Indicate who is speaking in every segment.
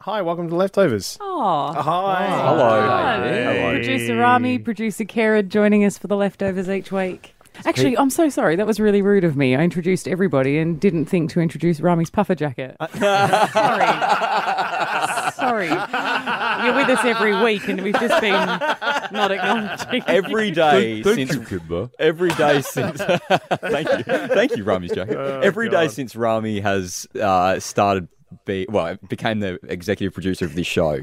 Speaker 1: Hi, welcome to Leftovers.
Speaker 2: Oh,
Speaker 1: Hi.
Speaker 3: Hello.
Speaker 2: Producer Rami, producer Kara joining us for the leftovers each week. Actually, I'm so sorry. That was really rude of me. I introduced everybody and didn't think to introduce Rami's puffer jacket. sorry. sorry. You're with us every week and we've just been not acknowledging. you.
Speaker 3: Every day since
Speaker 4: Kimber.
Speaker 3: every day since thank you thank you Rami's jacket. Every day
Speaker 1: God.
Speaker 3: since Rami has uh, started be well became the executive producer of this show.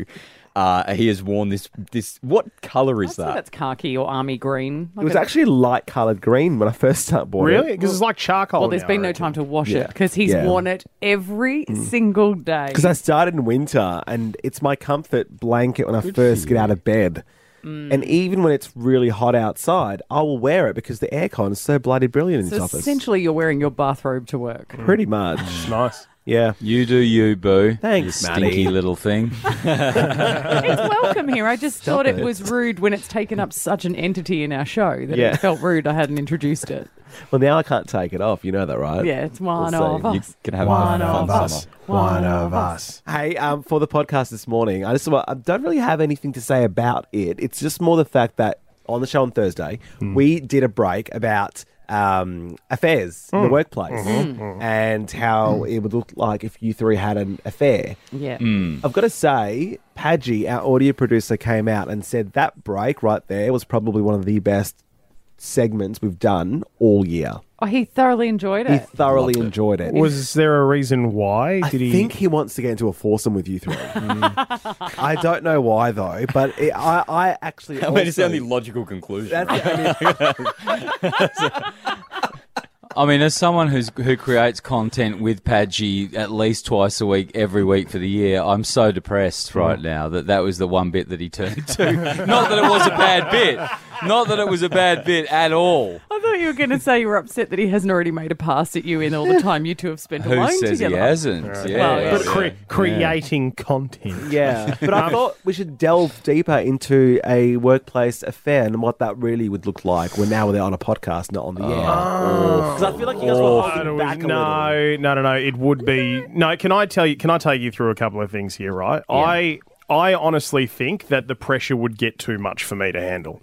Speaker 3: Uh, he has worn this this what color is
Speaker 2: So
Speaker 3: that?
Speaker 2: that's khaki or army green.
Speaker 4: It was actually light coloured green when I first started bought it.
Speaker 1: Really? Because it's like charcoal.
Speaker 2: well, there's
Speaker 1: now,
Speaker 2: been
Speaker 1: I
Speaker 2: no
Speaker 1: reckon.
Speaker 2: time to wash
Speaker 3: Yeah.
Speaker 2: it because he's
Speaker 4: Yeah.
Speaker 2: worn it every single day.
Speaker 4: Because I started in winter and it's my comfort blanket when I first get out of bed. And even when it's really hot outside, I will wear it because the aircon is so bloody brilliant in
Speaker 2: so
Speaker 4: this office.
Speaker 2: essentially, you're wearing your bathrobe to work.
Speaker 4: Pretty much.
Speaker 1: It's nice.
Speaker 4: Yeah.
Speaker 5: You do you, boo.
Speaker 4: Thanks,
Speaker 5: you stinky
Speaker 4: Maddie.
Speaker 5: little thing.
Speaker 2: It's welcome here. I just thought it.
Speaker 4: it.
Speaker 2: was rude when it's taken up such an entity in our show that
Speaker 4: Yeah.
Speaker 2: it felt rude I hadn't introduced it.
Speaker 4: Well, now I can't take it off. You know that, right?
Speaker 2: Yeah, it's one
Speaker 4: We'll
Speaker 2: of
Speaker 4: see.
Speaker 3: You
Speaker 2: us.
Speaker 3: can have
Speaker 2: One
Speaker 3: a fun
Speaker 2: of us.
Speaker 3: summer.
Speaker 2: One
Speaker 1: of us.
Speaker 4: Hey, um, for the podcast this morning, I just well, I don't really have anything to say about it. It's just more the fact that on the show on Thursday, we did a break about um, affairs in the workplace and how it would look like if you three had an affair.
Speaker 2: Yeah.
Speaker 4: I've got to say, Padgy, our audio producer, came out and said that break right there was probably one of the best segments we've done all year.
Speaker 2: Oh, he thoroughly enjoyed
Speaker 4: He
Speaker 2: it.
Speaker 4: thoroughly enjoyed it.
Speaker 1: Was there a reason why?
Speaker 4: I
Speaker 1: Did he?
Speaker 4: think he wants to get into a foursome with you three.
Speaker 1: Mm.
Speaker 4: I don't know why though, but it, I, I actually.
Speaker 3: I mean, it's the
Speaker 4: also-
Speaker 3: only logical conclusion.
Speaker 4: That's
Speaker 3: right?
Speaker 4: the only-
Speaker 5: I mean, as someone who's who creates content with Padgy at least twice a week, every week for the year, I'm so
Speaker 3: Mm.
Speaker 5: depressed right now that that was the one bit that he turned to. Not that it was a bad bit. Not that it was a bad bit at all.
Speaker 2: I thought you were going to say you were upset that he hasn't already made a pass at you in all the time you two have spent
Speaker 5: Who
Speaker 2: alone
Speaker 5: says
Speaker 2: together.
Speaker 5: he hasn't? Yeah.
Speaker 2: Well,
Speaker 5: yeah.
Speaker 1: But cre- creating content.
Speaker 4: yeah, but I thought we should delve deeper into a workplace affair and what that really would look like. We're now they're on a podcast, not on the air. Because Ah. I feel like you guys were holding back a little.
Speaker 1: no, no, no, no. It would be no. Can I tell you? Can I take you through a couple of things here? Right. I I honestly think that the pressure would get too much for me to handle.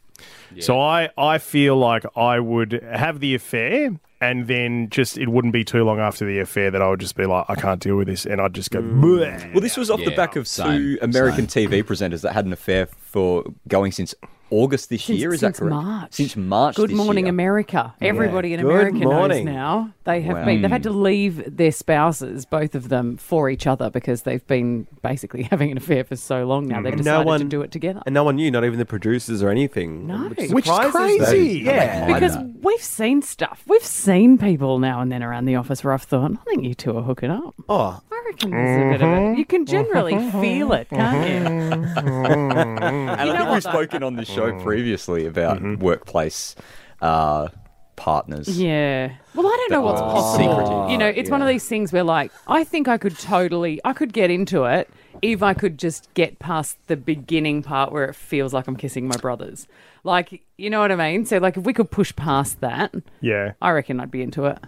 Speaker 1: So I I feel like I would have the affair. And then just it wouldn't be too long after the affair that I would just be like, I can't deal with this, and I'd just go.
Speaker 4: Mm.
Speaker 1: "Bleh."
Speaker 3: Well, this was off the
Speaker 5: Yeah,
Speaker 3: back of
Speaker 5: same,
Speaker 3: two American TV presenters that had an affair for going since August this
Speaker 2: Since,
Speaker 3: year. Is
Speaker 2: since
Speaker 3: that correct?
Speaker 2: March.
Speaker 3: Since March.
Speaker 2: Good
Speaker 3: this
Speaker 2: morning,
Speaker 3: year.
Speaker 2: America. Everybody in
Speaker 4: Good
Speaker 2: America
Speaker 4: morning.
Speaker 2: knows now. They have
Speaker 3: Wow.
Speaker 2: been. They've had to leave their spouses, both of them, for each other because they've been basically having an affair for so long now. They've
Speaker 4: And
Speaker 2: decided
Speaker 4: no one
Speaker 2: to do it together.
Speaker 4: and no one knew, not even the producers or anything.
Speaker 2: No.
Speaker 1: Which is
Speaker 4: surprises me.
Speaker 1: crazy.
Speaker 4: Yeah,
Speaker 3: Why
Speaker 2: Because
Speaker 3: not?
Speaker 2: we've seen stuff. We've seen people now and then around the office where I've thought, I think you two are hooking up.
Speaker 4: oh,
Speaker 2: I reckon there's a bit
Speaker 1: Mm-hmm.
Speaker 2: of it. You can generally feel it, can't you?
Speaker 3: And I
Speaker 2: know
Speaker 3: think
Speaker 2: what
Speaker 3: we've
Speaker 2: though?
Speaker 3: spoken on this show previously about workplace uh, partners.
Speaker 2: Yeah. Well, I don't know what's possible.
Speaker 3: secretive.
Speaker 2: You know, it's one of these things where, like, I think I could totally, I could get into it if I could just get past the beginning part where it feels like I'm kissing my brothers. Like, you know what I mean? So, like, if we could push past that,
Speaker 1: Yeah.
Speaker 2: I reckon I'd be into it.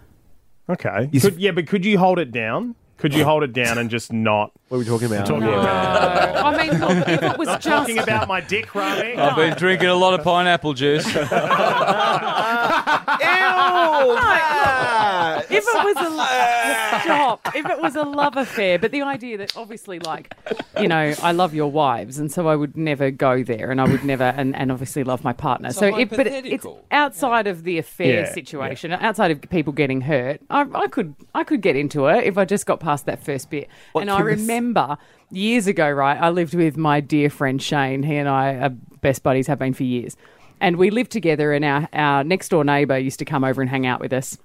Speaker 1: Okay. Could, yeah, but could you hold it down? Could you hold it down and just not
Speaker 4: what are we talking about?
Speaker 1: talking about?
Speaker 2: I mean, look, if it was just
Speaker 1: Talking about my dick, Rami.
Speaker 5: I've been drinking a lot of pineapple juice.
Speaker 2: If it was a stop, if it was a love affair, but the idea that obviously, like, you know, I love your wives, and so I would never go there, and I would never, and, and obviously love my partner.
Speaker 5: It's a
Speaker 2: so, it, but it- it's
Speaker 5: hypothetical.
Speaker 2: outside of the affair
Speaker 1: Yeah,
Speaker 2: situation, outside of people getting hurt. I, I could, I could get into it if I just got past that first bit. and I
Speaker 4: can this-
Speaker 2: remember years ago, right? I lived with my dear friend Shane. He and I are best buddies, have been for years. And we lived together, and our, our next door neighbor used to come over and hang out with us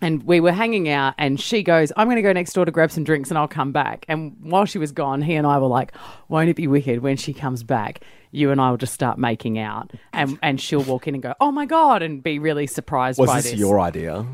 Speaker 2: and we were hanging out and she goes i'm going to go next door to grab some drinks and i'll come back and while she was gone he and i were like won't it be wicked when she comes back you and i will just start making out and, and she'll walk in and go oh my god and be really surprised
Speaker 4: Was
Speaker 2: by
Speaker 4: this your idea?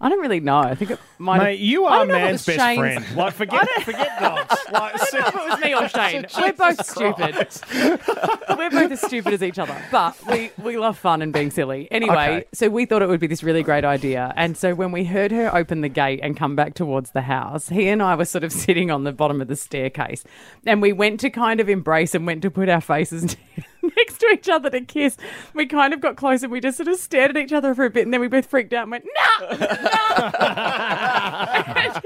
Speaker 2: I don't really know. I think it might.
Speaker 1: Mate,
Speaker 2: have,
Speaker 1: you
Speaker 2: I
Speaker 1: are
Speaker 2: don't know if it
Speaker 1: man's
Speaker 2: was
Speaker 1: best
Speaker 2: Shane's-
Speaker 1: friend. Like, forget, forget dogs. Like,
Speaker 2: I don't know if it was me or Shane. We're both stupid. We're both as stupid as each other, but we, we love fun and being silly. Anyway,
Speaker 1: Okay.
Speaker 2: so we thought it would be this really great idea. And so when we heard her open the gate and come back towards the house, he and I were sort of sitting on the bottom of the staircase. And we went to kind of embrace and went to put our faces next to each other to kiss. We kind of got close and we just sort of stared at each other for a bit. And then we both freaked out and went, nah, I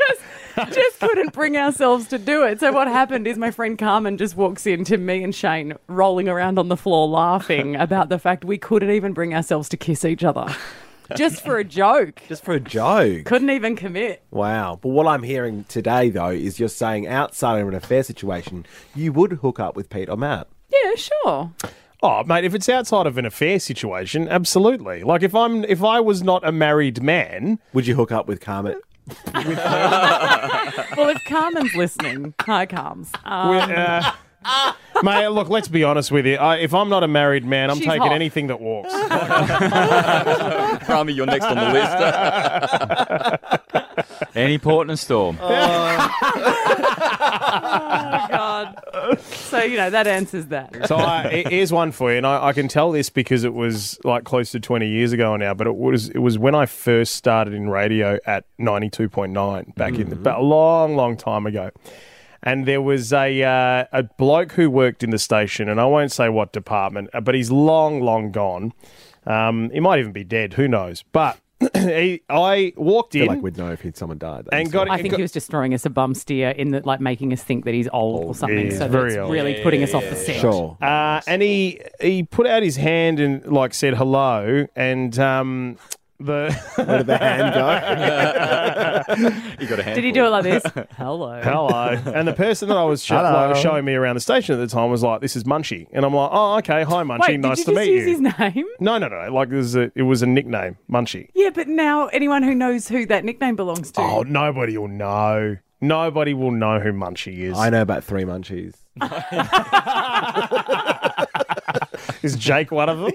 Speaker 2: just, just couldn't bring ourselves to do it. So what happened is my friend Carmen just walks in to me and Shane rolling around on the floor laughing about the fact we couldn't even bring ourselves to kiss each other. Just for a joke.
Speaker 4: Just for a joke.
Speaker 2: Couldn't even commit.
Speaker 4: Wow. But what I'm hearing today, though, is you're saying outside of an affair situation, you would hook up with Pete or Matt.
Speaker 2: Yeah, sure.
Speaker 1: Oh, mate, if it's outside of an affair situation, absolutely. Like if I'm if I was not a married man,
Speaker 4: Would you hook up with Carmen?
Speaker 2: Well, if Carmen's listening, hi, Carms. Um,
Speaker 1: we- uh, mate, look, let's be honest with you. I, if I'm not a married man, I'm
Speaker 2: She's
Speaker 1: taking
Speaker 2: hot.
Speaker 1: anything that walks.
Speaker 3: Rami, you're next on the list.
Speaker 5: Any port in a storm.
Speaker 2: oh, God. So, you know, that answers that.
Speaker 1: so I, he- here's one for you, and I, I can tell this because it was like close to 20 years ago now. But it was it was when I first started in radio at 92.9 back in the, ba- a long, long time ago. And there was a uh, a bloke who worked in the station, and I won't say what department, uh, but he's long, long gone. Um, he might even be dead. Who knows? But he, I walked in.
Speaker 4: Like, we'd know if he'd someone died. That
Speaker 1: and
Speaker 4: was-
Speaker 1: got,
Speaker 2: I
Speaker 1: and
Speaker 2: think
Speaker 1: got-
Speaker 2: he was just throwing us a bum steer in that, like making us think that he's old or something.
Speaker 1: yeah,
Speaker 2: so
Speaker 1: very
Speaker 2: that's
Speaker 1: old.
Speaker 2: really putting us off the set.
Speaker 4: Sure.
Speaker 1: Uh, and he he put out his hand and like said hello and um the
Speaker 4: Where did the hand go?
Speaker 3: You got a hand.
Speaker 2: Did he do it like this? Hello.
Speaker 1: hello and the person that I was sho- like, showing me around the station at the time was like this is Munchie and I'm like oh okay hi Munchie
Speaker 2: Wait,
Speaker 1: nice to
Speaker 2: did you just
Speaker 1: meet
Speaker 2: use
Speaker 1: you
Speaker 2: his name?
Speaker 1: no no no like this is a, it was a nickname Munchie
Speaker 2: Yeah, but now anyone who knows who that nickname belongs to.
Speaker 1: oh nobody will know nobody will know who Munchie is
Speaker 4: I know about three munchies.
Speaker 1: Is Jake one of them?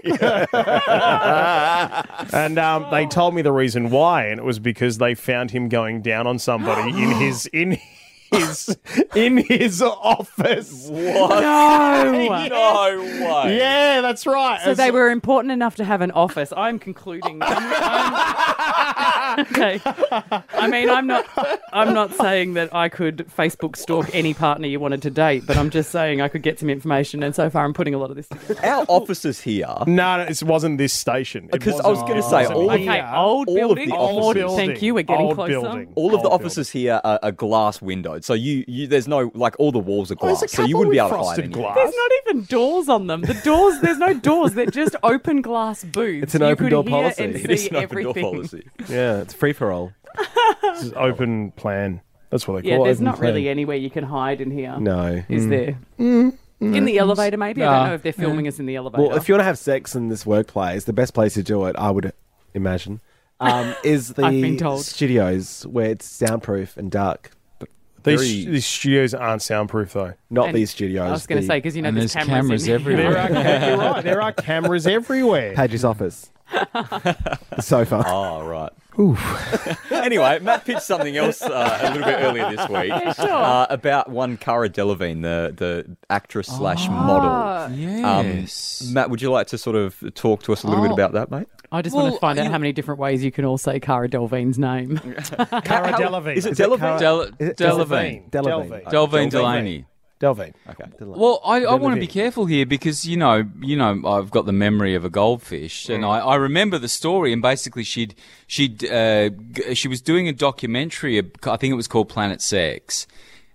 Speaker 1: and um, they told me the reason why, and it was because they found him going down on somebody in his in his in his office.
Speaker 2: no.
Speaker 3: No way.
Speaker 1: Yeah, that's right.
Speaker 2: So
Speaker 1: As-
Speaker 2: they were important enough to have an office. I'm concluding. I'm- I'm- okay. I mean, I'm not. I'm not saying that I could Facebook stalk any partner you wanted to date, but I'm just saying I could get some information. And so far, I'm putting a lot of this. together.
Speaker 3: Our offices here.
Speaker 1: no, no, it wasn't this station. It
Speaker 3: Because I was
Speaker 1: wasn't-
Speaker 3: going to say
Speaker 1: wasn't
Speaker 3: all
Speaker 1: here.
Speaker 2: Okay, old
Speaker 3: all of the
Speaker 2: building.
Speaker 1: Old
Speaker 3: offices.
Speaker 1: building.
Speaker 2: Thank you, we're getting
Speaker 1: old
Speaker 2: closer.
Speaker 1: Building.
Speaker 3: All of the
Speaker 1: Old
Speaker 3: offices here are, are glass windowed, so you, you there's no like all the walls are
Speaker 1: building.
Speaker 3: glass, so you wouldn't be able to hide
Speaker 1: Frosted
Speaker 3: anything.
Speaker 1: glass.
Speaker 2: There's not even doors on them. The doors, there's no doors. They're just open glass booths.
Speaker 4: It's an
Speaker 2: You
Speaker 4: open
Speaker 2: could
Speaker 4: door
Speaker 2: hear
Speaker 4: policy.
Speaker 2: and
Speaker 4: It
Speaker 3: It is
Speaker 2: see
Speaker 3: an open door
Speaker 2: everything.
Speaker 3: policy.
Speaker 4: Yeah, it's free for all.
Speaker 1: This is open plan. That's what they
Speaker 2: Yeah,
Speaker 1: call
Speaker 2: there's
Speaker 1: open
Speaker 2: not
Speaker 1: plan.
Speaker 2: really anywhere you can hide in here.
Speaker 4: No.
Speaker 1: Mm.
Speaker 4: Mm.
Speaker 2: Is there? In the elevator, maybe? I don't know if they're filming us in the elevator.
Speaker 4: Well, if you want to have sex in this workplace, the best place to do it, I would imagine, um, is the
Speaker 2: I've been told.
Speaker 4: studios where it's soundproof and dark.
Speaker 1: These,
Speaker 3: Very-
Speaker 1: these studios aren't soundproof though.
Speaker 4: Not
Speaker 2: And-
Speaker 4: these studios.
Speaker 2: I was going to
Speaker 4: the
Speaker 2: say, because you know,
Speaker 5: And
Speaker 2: there's,
Speaker 5: there's
Speaker 2: cameras, in
Speaker 5: cameras
Speaker 2: here.
Speaker 5: everywhere.
Speaker 1: There are, you're right. There are cameras everywhere.
Speaker 4: Padge's office. the sofa.
Speaker 3: Oh right. anyway, Matt pitched something else uh, a little bit earlier this week
Speaker 2: sure.
Speaker 3: uh, about one Cara Delevingne, the the actress slash
Speaker 2: Ah.
Speaker 3: model.
Speaker 5: Yes.
Speaker 3: Matt, would you like to sort of talk to us a little bit
Speaker 2: Oh.
Speaker 3: about that, mate?
Speaker 2: I just want
Speaker 5: Well,
Speaker 2: to find out
Speaker 5: you-
Speaker 2: how many different ways you can all say Cara Delvine's name.
Speaker 1: Cara
Speaker 3: How-
Speaker 1: Delevingne.
Speaker 3: Is it Delevingne?
Speaker 5: Del-
Speaker 4: Is it
Speaker 5: Delevingne.
Speaker 4: Delevingne.
Speaker 5: Delvine Delaney.
Speaker 1: Delvine.
Speaker 5: Well, I, I want
Speaker 1: Delevingne.
Speaker 5: to be careful here because you know, you know, I've got the memory of a goldfish, and I, I remember the story. And basically, she'd she'd uh, g- she was doing a documentary. ab- I think it was called Planet Sex,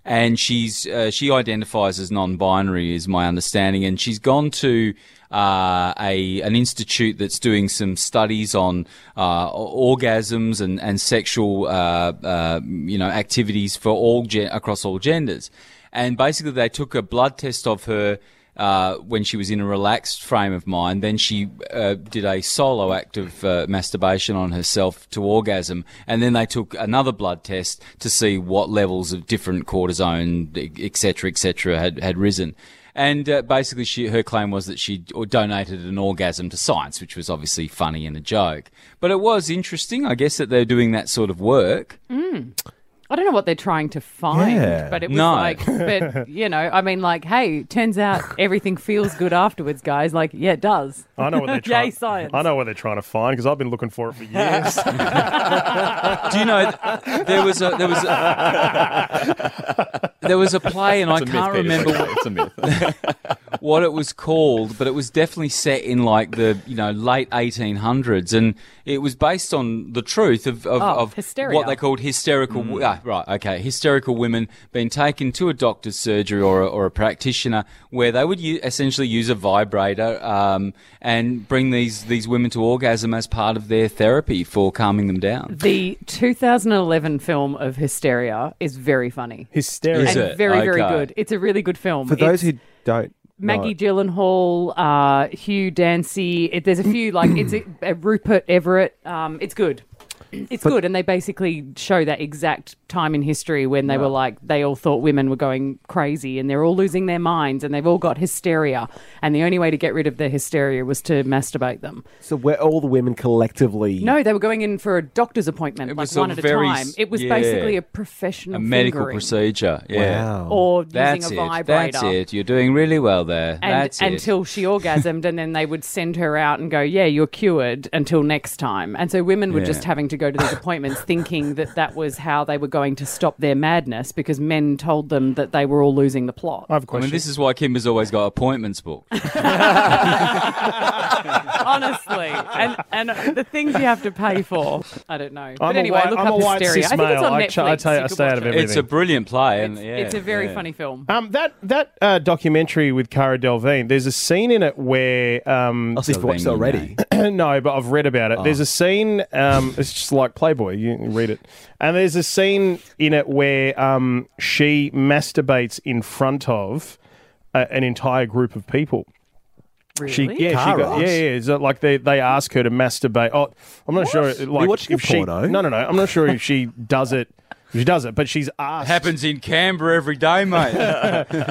Speaker 5: and she's uh, she identifies as non-binary, is my understanding, and she's gone to. Uh, a an institute that's doing some studies on uh, o- orgasms and and sexual uh, uh, you know activities for all gen- across all genders, and basically they took a blood test of her uh, when she was in a relaxed frame of mind. Then she uh, did a solo act of uh, masturbation on herself to orgasm, and then they took another blood test to see what levels of different cortisone, etc., etc., had had risen. And uh, basically, she her claim was that she or donated an orgasm to science, which was obviously funny and a joke. But it was interesting, I guess, that they're doing that sort of work.
Speaker 2: I don't know what they're trying to find,
Speaker 4: Yeah.
Speaker 2: but it was
Speaker 5: No.
Speaker 2: like, but you know, I mean, like, hey, turns out everything feels good afterwards, guys. Like, yeah, it does.
Speaker 1: I know what they're
Speaker 2: Yay,
Speaker 1: trying.
Speaker 2: science.
Speaker 1: I know what they're trying to find because I've been looking for it for years.
Speaker 5: Do you know th- there was a there was a, there was a play, and I
Speaker 3: It's a
Speaker 5: can't
Speaker 3: myth, Peter, it's
Speaker 5: remember
Speaker 3: okay, It's a myth.
Speaker 5: what it was called, but it was definitely set in like the you know late 1800s, and it was based on the truth of of,
Speaker 2: Oh,
Speaker 5: of
Speaker 2: hysteria.
Speaker 5: what they called hysterical. wo- ah, right, okay, hysterical women being taken to a doctor's surgery or a, or a practitioner, where they would u- essentially use a vibrator um, and bring these these women to orgasm as part of their therapy for calming them down.
Speaker 2: The 2011 film of Hysteria is very funny
Speaker 1: Hysteria.
Speaker 5: Is
Speaker 2: and
Speaker 5: it?
Speaker 2: very, very
Speaker 5: Okay.
Speaker 2: good. It's a really good film.
Speaker 4: For those
Speaker 2: It's-
Speaker 4: who don't,
Speaker 2: Maggie Gyllenhaal, uh, Hugh Dancy. It, there's a few like it's a, a Rupert Everett. Um, it's good. It's good, and they basically show that exact time in history when they were like they all thought women were going crazy, and they're all losing their minds, and they've all got hysteria, and the only way to get rid of their hysteria was to masturbate them.
Speaker 4: so where all the women collectively.
Speaker 2: No, they were going in for a doctor's appointment,
Speaker 5: It
Speaker 2: like
Speaker 5: was a
Speaker 2: one at a
Speaker 5: very
Speaker 2: time.
Speaker 5: s-
Speaker 2: It was
Speaker 5: yeah.
Speaker 2: basically a professional
Speaker 5: A medical
Speaker 2: fingering
Speaker 5: procedure, yeah.
Speaker 4: Wow.
Speaker 2: or
Speaker 5: That's
Speaker 2: using a
Speaker 5: it.
Speaker 2: vibrator.
Speaker 5: That's it. You're doing really well there.
Speaker 2: and
Speaker 5: That's it.
Speaker 2: until she orgasmed, and then they would send her out and go, "Yeah, you're cured until next time." And so women were
Speaker 5: Yeah.
Speaker 2: just having to go to these appointments, thinking that that was how they were going to stop their madness because men told them that they were all losing the plot.
Speaker 1: I have a
Speaker 5: I
Speaker 1: question.
Speaker 5: mean, this is why Kimber's always got appointments booked.
Speaker 2: Honestly, and and the things you have to pay for, I don't know. but
Speaker 1: I'm a
Speaker 2: anyway,
Speaker 1: white-
Speaker 2: look
Speaker 1: I'm
Speaker 2: up
Speaker 1: a white
Speaker 2: hysteria.
Speaker 1: cis
Speaker 2: I think it's
Speaker 1: male.
Speaker 2: on
Speaker 1: I
Speaker 2: Netflix.
Speaker 1: ch- I tell you,
Speaker 2: You
Speaker 1: I
Speaker 2: could
Speaker 1: stay
Speaker 2: watch
Speaker 1: out of
Speaker 2: it.
Speaker 1: everything.
Speaker 5: It's a brilliant play, and
Speaker 2: It's,
Speaker 5: yeah,
Speaker 2: it's a very
Speaker 5: yeah.
Speaker 2: funny film.
Speaker 1: Um, that that uh, documentary with Cara Delvine. There's a scene in it where um,
Speaker 4: I'll see if I've watched it already.
Speaker 5: Slovenia.
Speaker 1: no, but I've read about it. There's a scene. Um, it's just like Playboy. You read it, and there's a scene in it where um, she masturbates in front of a, an entire group of people.
Speaker 2: Really?
Speaker 1: She, yeah, she got,
Speaker 4: Cara?
Speaker 1: yeah, yeah. Is it like they, they ask her to masturbate? Oh, I'm not sure. Like,
Speaker 4: watching
Speaker 1: if
Speaker 4: a
Speaker 1: she,
Speaker 4: porno?
Speaker 1: No, no, no. I'm not sure if she does it. if She does it, but she's asked.
Speaker 5: Happens in Canberra every day, mate.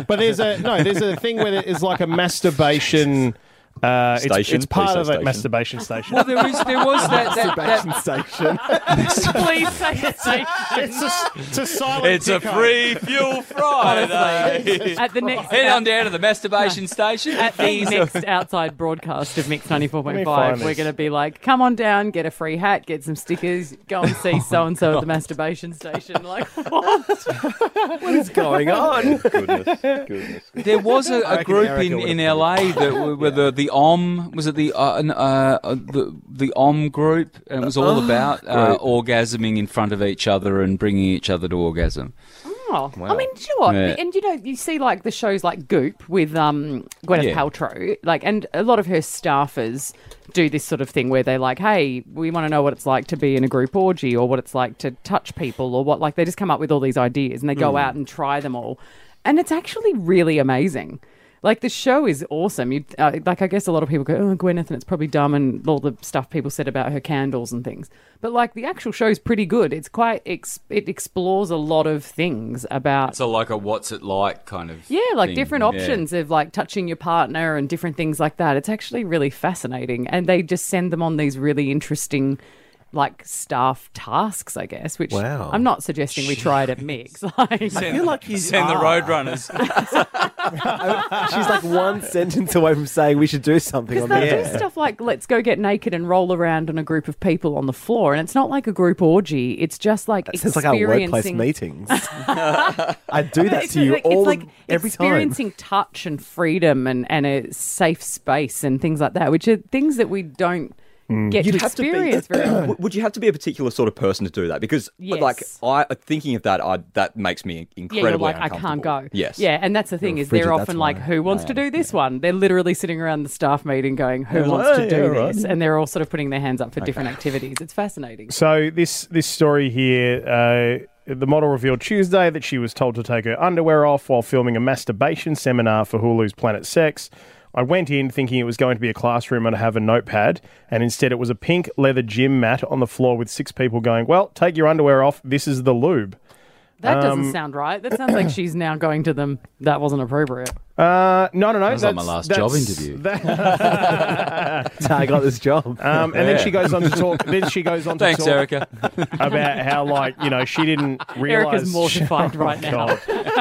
Speaker 1: But there's a no. There's a thing where it's like a masturbation. Uh, it's- It's,
Speaker 3: Station? Please
Speaker 1: part
Speaker 3: say
Speaker 1: of a
Speaker 3: station.
Speaker 1: masturbation station.
Speaker 5: well, there, is, there was that. that, that
Speaker 4: station.
Speaker 2: Please say it's
Speaker 1: it's, a, it's a silent.
Speaker 5: it's a
Speaker 1: ticker.
Speaker 5: free fuel Friday.
Speaker 2: at the next.
Speaker 5: Head on down to the masturbation station.
Speaker 2: at the next outside broadcast of Mix
Speaker 1: Let me find
Speaker 2: 94.5, we're
Speaker 1: this.
Speaker 2: going to be like, come on down, get a free hat, get some stickers, go
Speaker 1: Oh
Speaker 2: and see so and so at the masturbation station. Like, what?
Speaker 4: What's going on?
Speaker 3: goodness, goodness.
Speaker 5: There was a, a
Speaker 4: reckon
Speaker 5: group
Speaker 4: Erica
Speaker 5: in,
Speaker 4: would've
Speaker 5: in
Speaker 4: put it.
Speaker 5: LA that were, were the, the OM was it the uh, an, uh, uh, the the OM group and it was all about uh, orgasming in front of each other and bringing each other to orgasm.
Speaker 2: Oh, I mean, do you know what?
Speaker 5: Yeah.
Speaker 2: And you know, you see like the shows like Goop with um, Gwyneth
Speaker 5: Yeah.
Speaker 2: Paltrow, like, and a lot of her staffers do this sort of thing where they're like, hey, we want to know what it's like to be in a group orgy or what it's like to touch people or what, like, they just come up with all these ideas and they go out and try them all. And it's actually really amazing. Like the show is awesome. You uh, like, I guess a lot of people go, "Oh, Gwyneth," and it's probably dumb, and all the stuff people said about her candles and things. But like, the actual show's pretty good. It's quite ex- it explores a lot of things about
Speaker 5: So like a what's it like kind of
Speaker 2: yeah, like
Speaker 5: thing.
Speaker 2: different
Speaker 5: Yeah.
Speaker 2: options of like touching your partner and different things like that. It's actually really fascinating, and they just send them on these really interesting. Like staff tasks, I guess. Which
Speaker 4: Wow.
Speaker 2: I'm not suggesting we try it at mix. Like,
Speaker 5: Send, like send the
Speaker 4: Ah.
Speaker 5: Roadrunners.
Speaker 4: She's like one sentence away from saying we should do something on
Speaker 2: Because
Speaker 4: the
Speaker 2: they do
Speaker 4: air.
Speaker 2: stuff like let's go get naked and roll around on a group of people on the floor, and it's not like a group orgy. It's just like
Speaker 4: It's like our workplace
Speaker 2: experiencing.
Speaker 4: meetings. I do that
Speaker 2: it's
Speaker 4: to you
Speaker 2: like,
Speaker 4: all
Speaker 2: it's like
Speaker 4: the- every time.
Speaker 2: experiencing touch and freedom and, and a safe space and things like that, which are things that we don't
Speaker 4: Mm.
Speaker 2: get to experience
Speaker 3: to be,
Speaker 2: very often.
Speaker 3: W- Would you have to be a particular sort of person to do that? Because uh,
Speaker 2: Yes.
Speaker 3: like I uh, thinking of that, I that makes me
Speaker 2: Yeah, you're
Speaker 3: incredibly
Speaker 2: like, I can't
Speaker 3: uncomfortable.
Speaker 2: go.
Speaker 3: Yes.
Speaker 2: Yeah, and that's the thing is
Speaker 4: frigid,
Speaker 2: they're
Speaker 4: that's
Speaker 2: often like,
Speaker 4: why.
Speaker 2: who wants to do this one? They're literally sitting around the staff meeting going, who
Speaker 4: like,
Speaker 2: wants to
Speaker 4: "Hey,
Speaker 2: do
Speaker 4: all right."
Speaker 2: this? And they're all sort of putting their hands up for different activities. It's fascinating.
Speaker 1: So this this story here, uh, the model revealed Tuesday that she was told to take her underwear off while filming a masturbation seminar for Hulu's Planet Sex. I went in thinking it was going to be a classroom and have a notepad, and instead it was a pink leather gym mat on the floor with six people going, "Well, take your underwear off. This is the lube."
Speaker 2: That doesn't
Speaker 1: Um,
Speaker 2: sound right. That sounds like she's now going to them. That wasn't appropriate.
Speaker 1: Uh, no, no, no.
Speaker 5: Sounds like my last job interview.
Speaker 1: that-
Speaker 4: I got this job.
Speaker 1: um, and then
Speaker 5: Yeah.
Speaker 1: she goes on to talk. Then she goes on to
Speaker 5: Thanks,
Speaker 1: talk
Speaker 5: Erica.
Speaker 1: about how, like, you know, she didn't realize.
Speaker 2: Erica's mortified
Speaker 4: Oh,
Speaker 2: right now.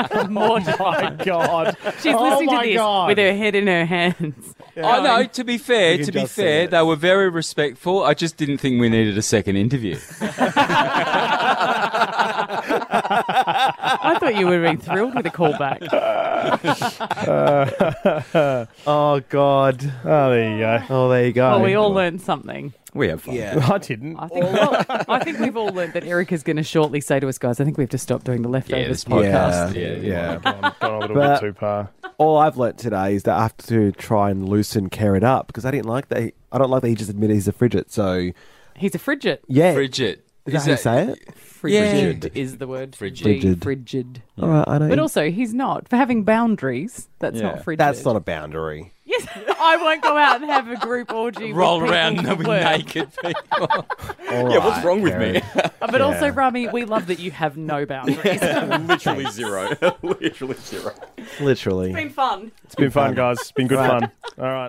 Speaker 1: God. My God.
Speaker 2: She's
Speaker 1: Oh
Speaker 2: listening to
Speaker 1: my
Speaker 2: this
Speaker 1: God.
Speaker 2: with her head in her hands.
Speaker 5: I know. To be fair, to be
Speaker 4: just say
Speaker 5: fair,
Speaker 4: it.
Speaker 5: they were very respectful. I just didn't think we needed a second interview.
Speaker 2: I thought you would have been thrilled with a callback.
Speaker 4: Oh God.
Speaker 1: Oh, there you go.
Speaker 4: Oh, there you go.
Speaker 2: Well, we all learned something.
Speaker 3: We have fun.
Speaker 4: Yeah.
Speaker 1: I didn't.
Speaker 2: I think, well, I think we've all learned that Erica's going to shortly say to us, guys, I think we have to stop doing the
Speaker 5: Yeah,
Speaker 2: leftovers
Speaker 5: this
Speaker 2: podcast.
Speaker 5: podcast.
Speaker 4: Yeah,
Speaker 5: Yeah,
Speaker 4: yeah.
Speaker 1: Oh, Gone, gone a little
Speaker 4: But-
Speaker 1: bit too far.
Speaker 4: all I've learnt today is that I have to try and loosen Carrot up because I didn't like that. He, I don't like that he just admitted he's a frigid. So
Speaker 2: He's a frigid.
Speaker 4: yeah,
Speaker 5: Bridget.
Speaker 4: is that how you say it?
Speaker 2: Frigid is the word.
Speaker 5: Frigid.
Speaker 2: G,
Speaker 4: Frigid.
Speaker 2: frigid.
Speaker 4: All right, I don't.
Speaker 2: But also, he's not. For having boundaries, that's
Speaker 3: Yeah.
Speaker 2: not frigid.
Speaker 4: that's not a boundary.
Speaker 2: Yes, I won't go out and have a group orgy. with
Speaker 5: Roll
Speaker 2: people
Speaker 5: around
Speaker 2: for
Speaker 5: with
Speaker 2: work.
Speaker 5: naked people.
Speaker 3: Yeah, what's wrong with me?
Speaker 2: But also, Rami, we love that you have no boundaries.
Speaker 3: Literally zero. Literally zero.
Speaker 4: Literally.
Speaker 2: It's been fun.
Speaker 1: It's been fun, guys. It's been good fun. All right.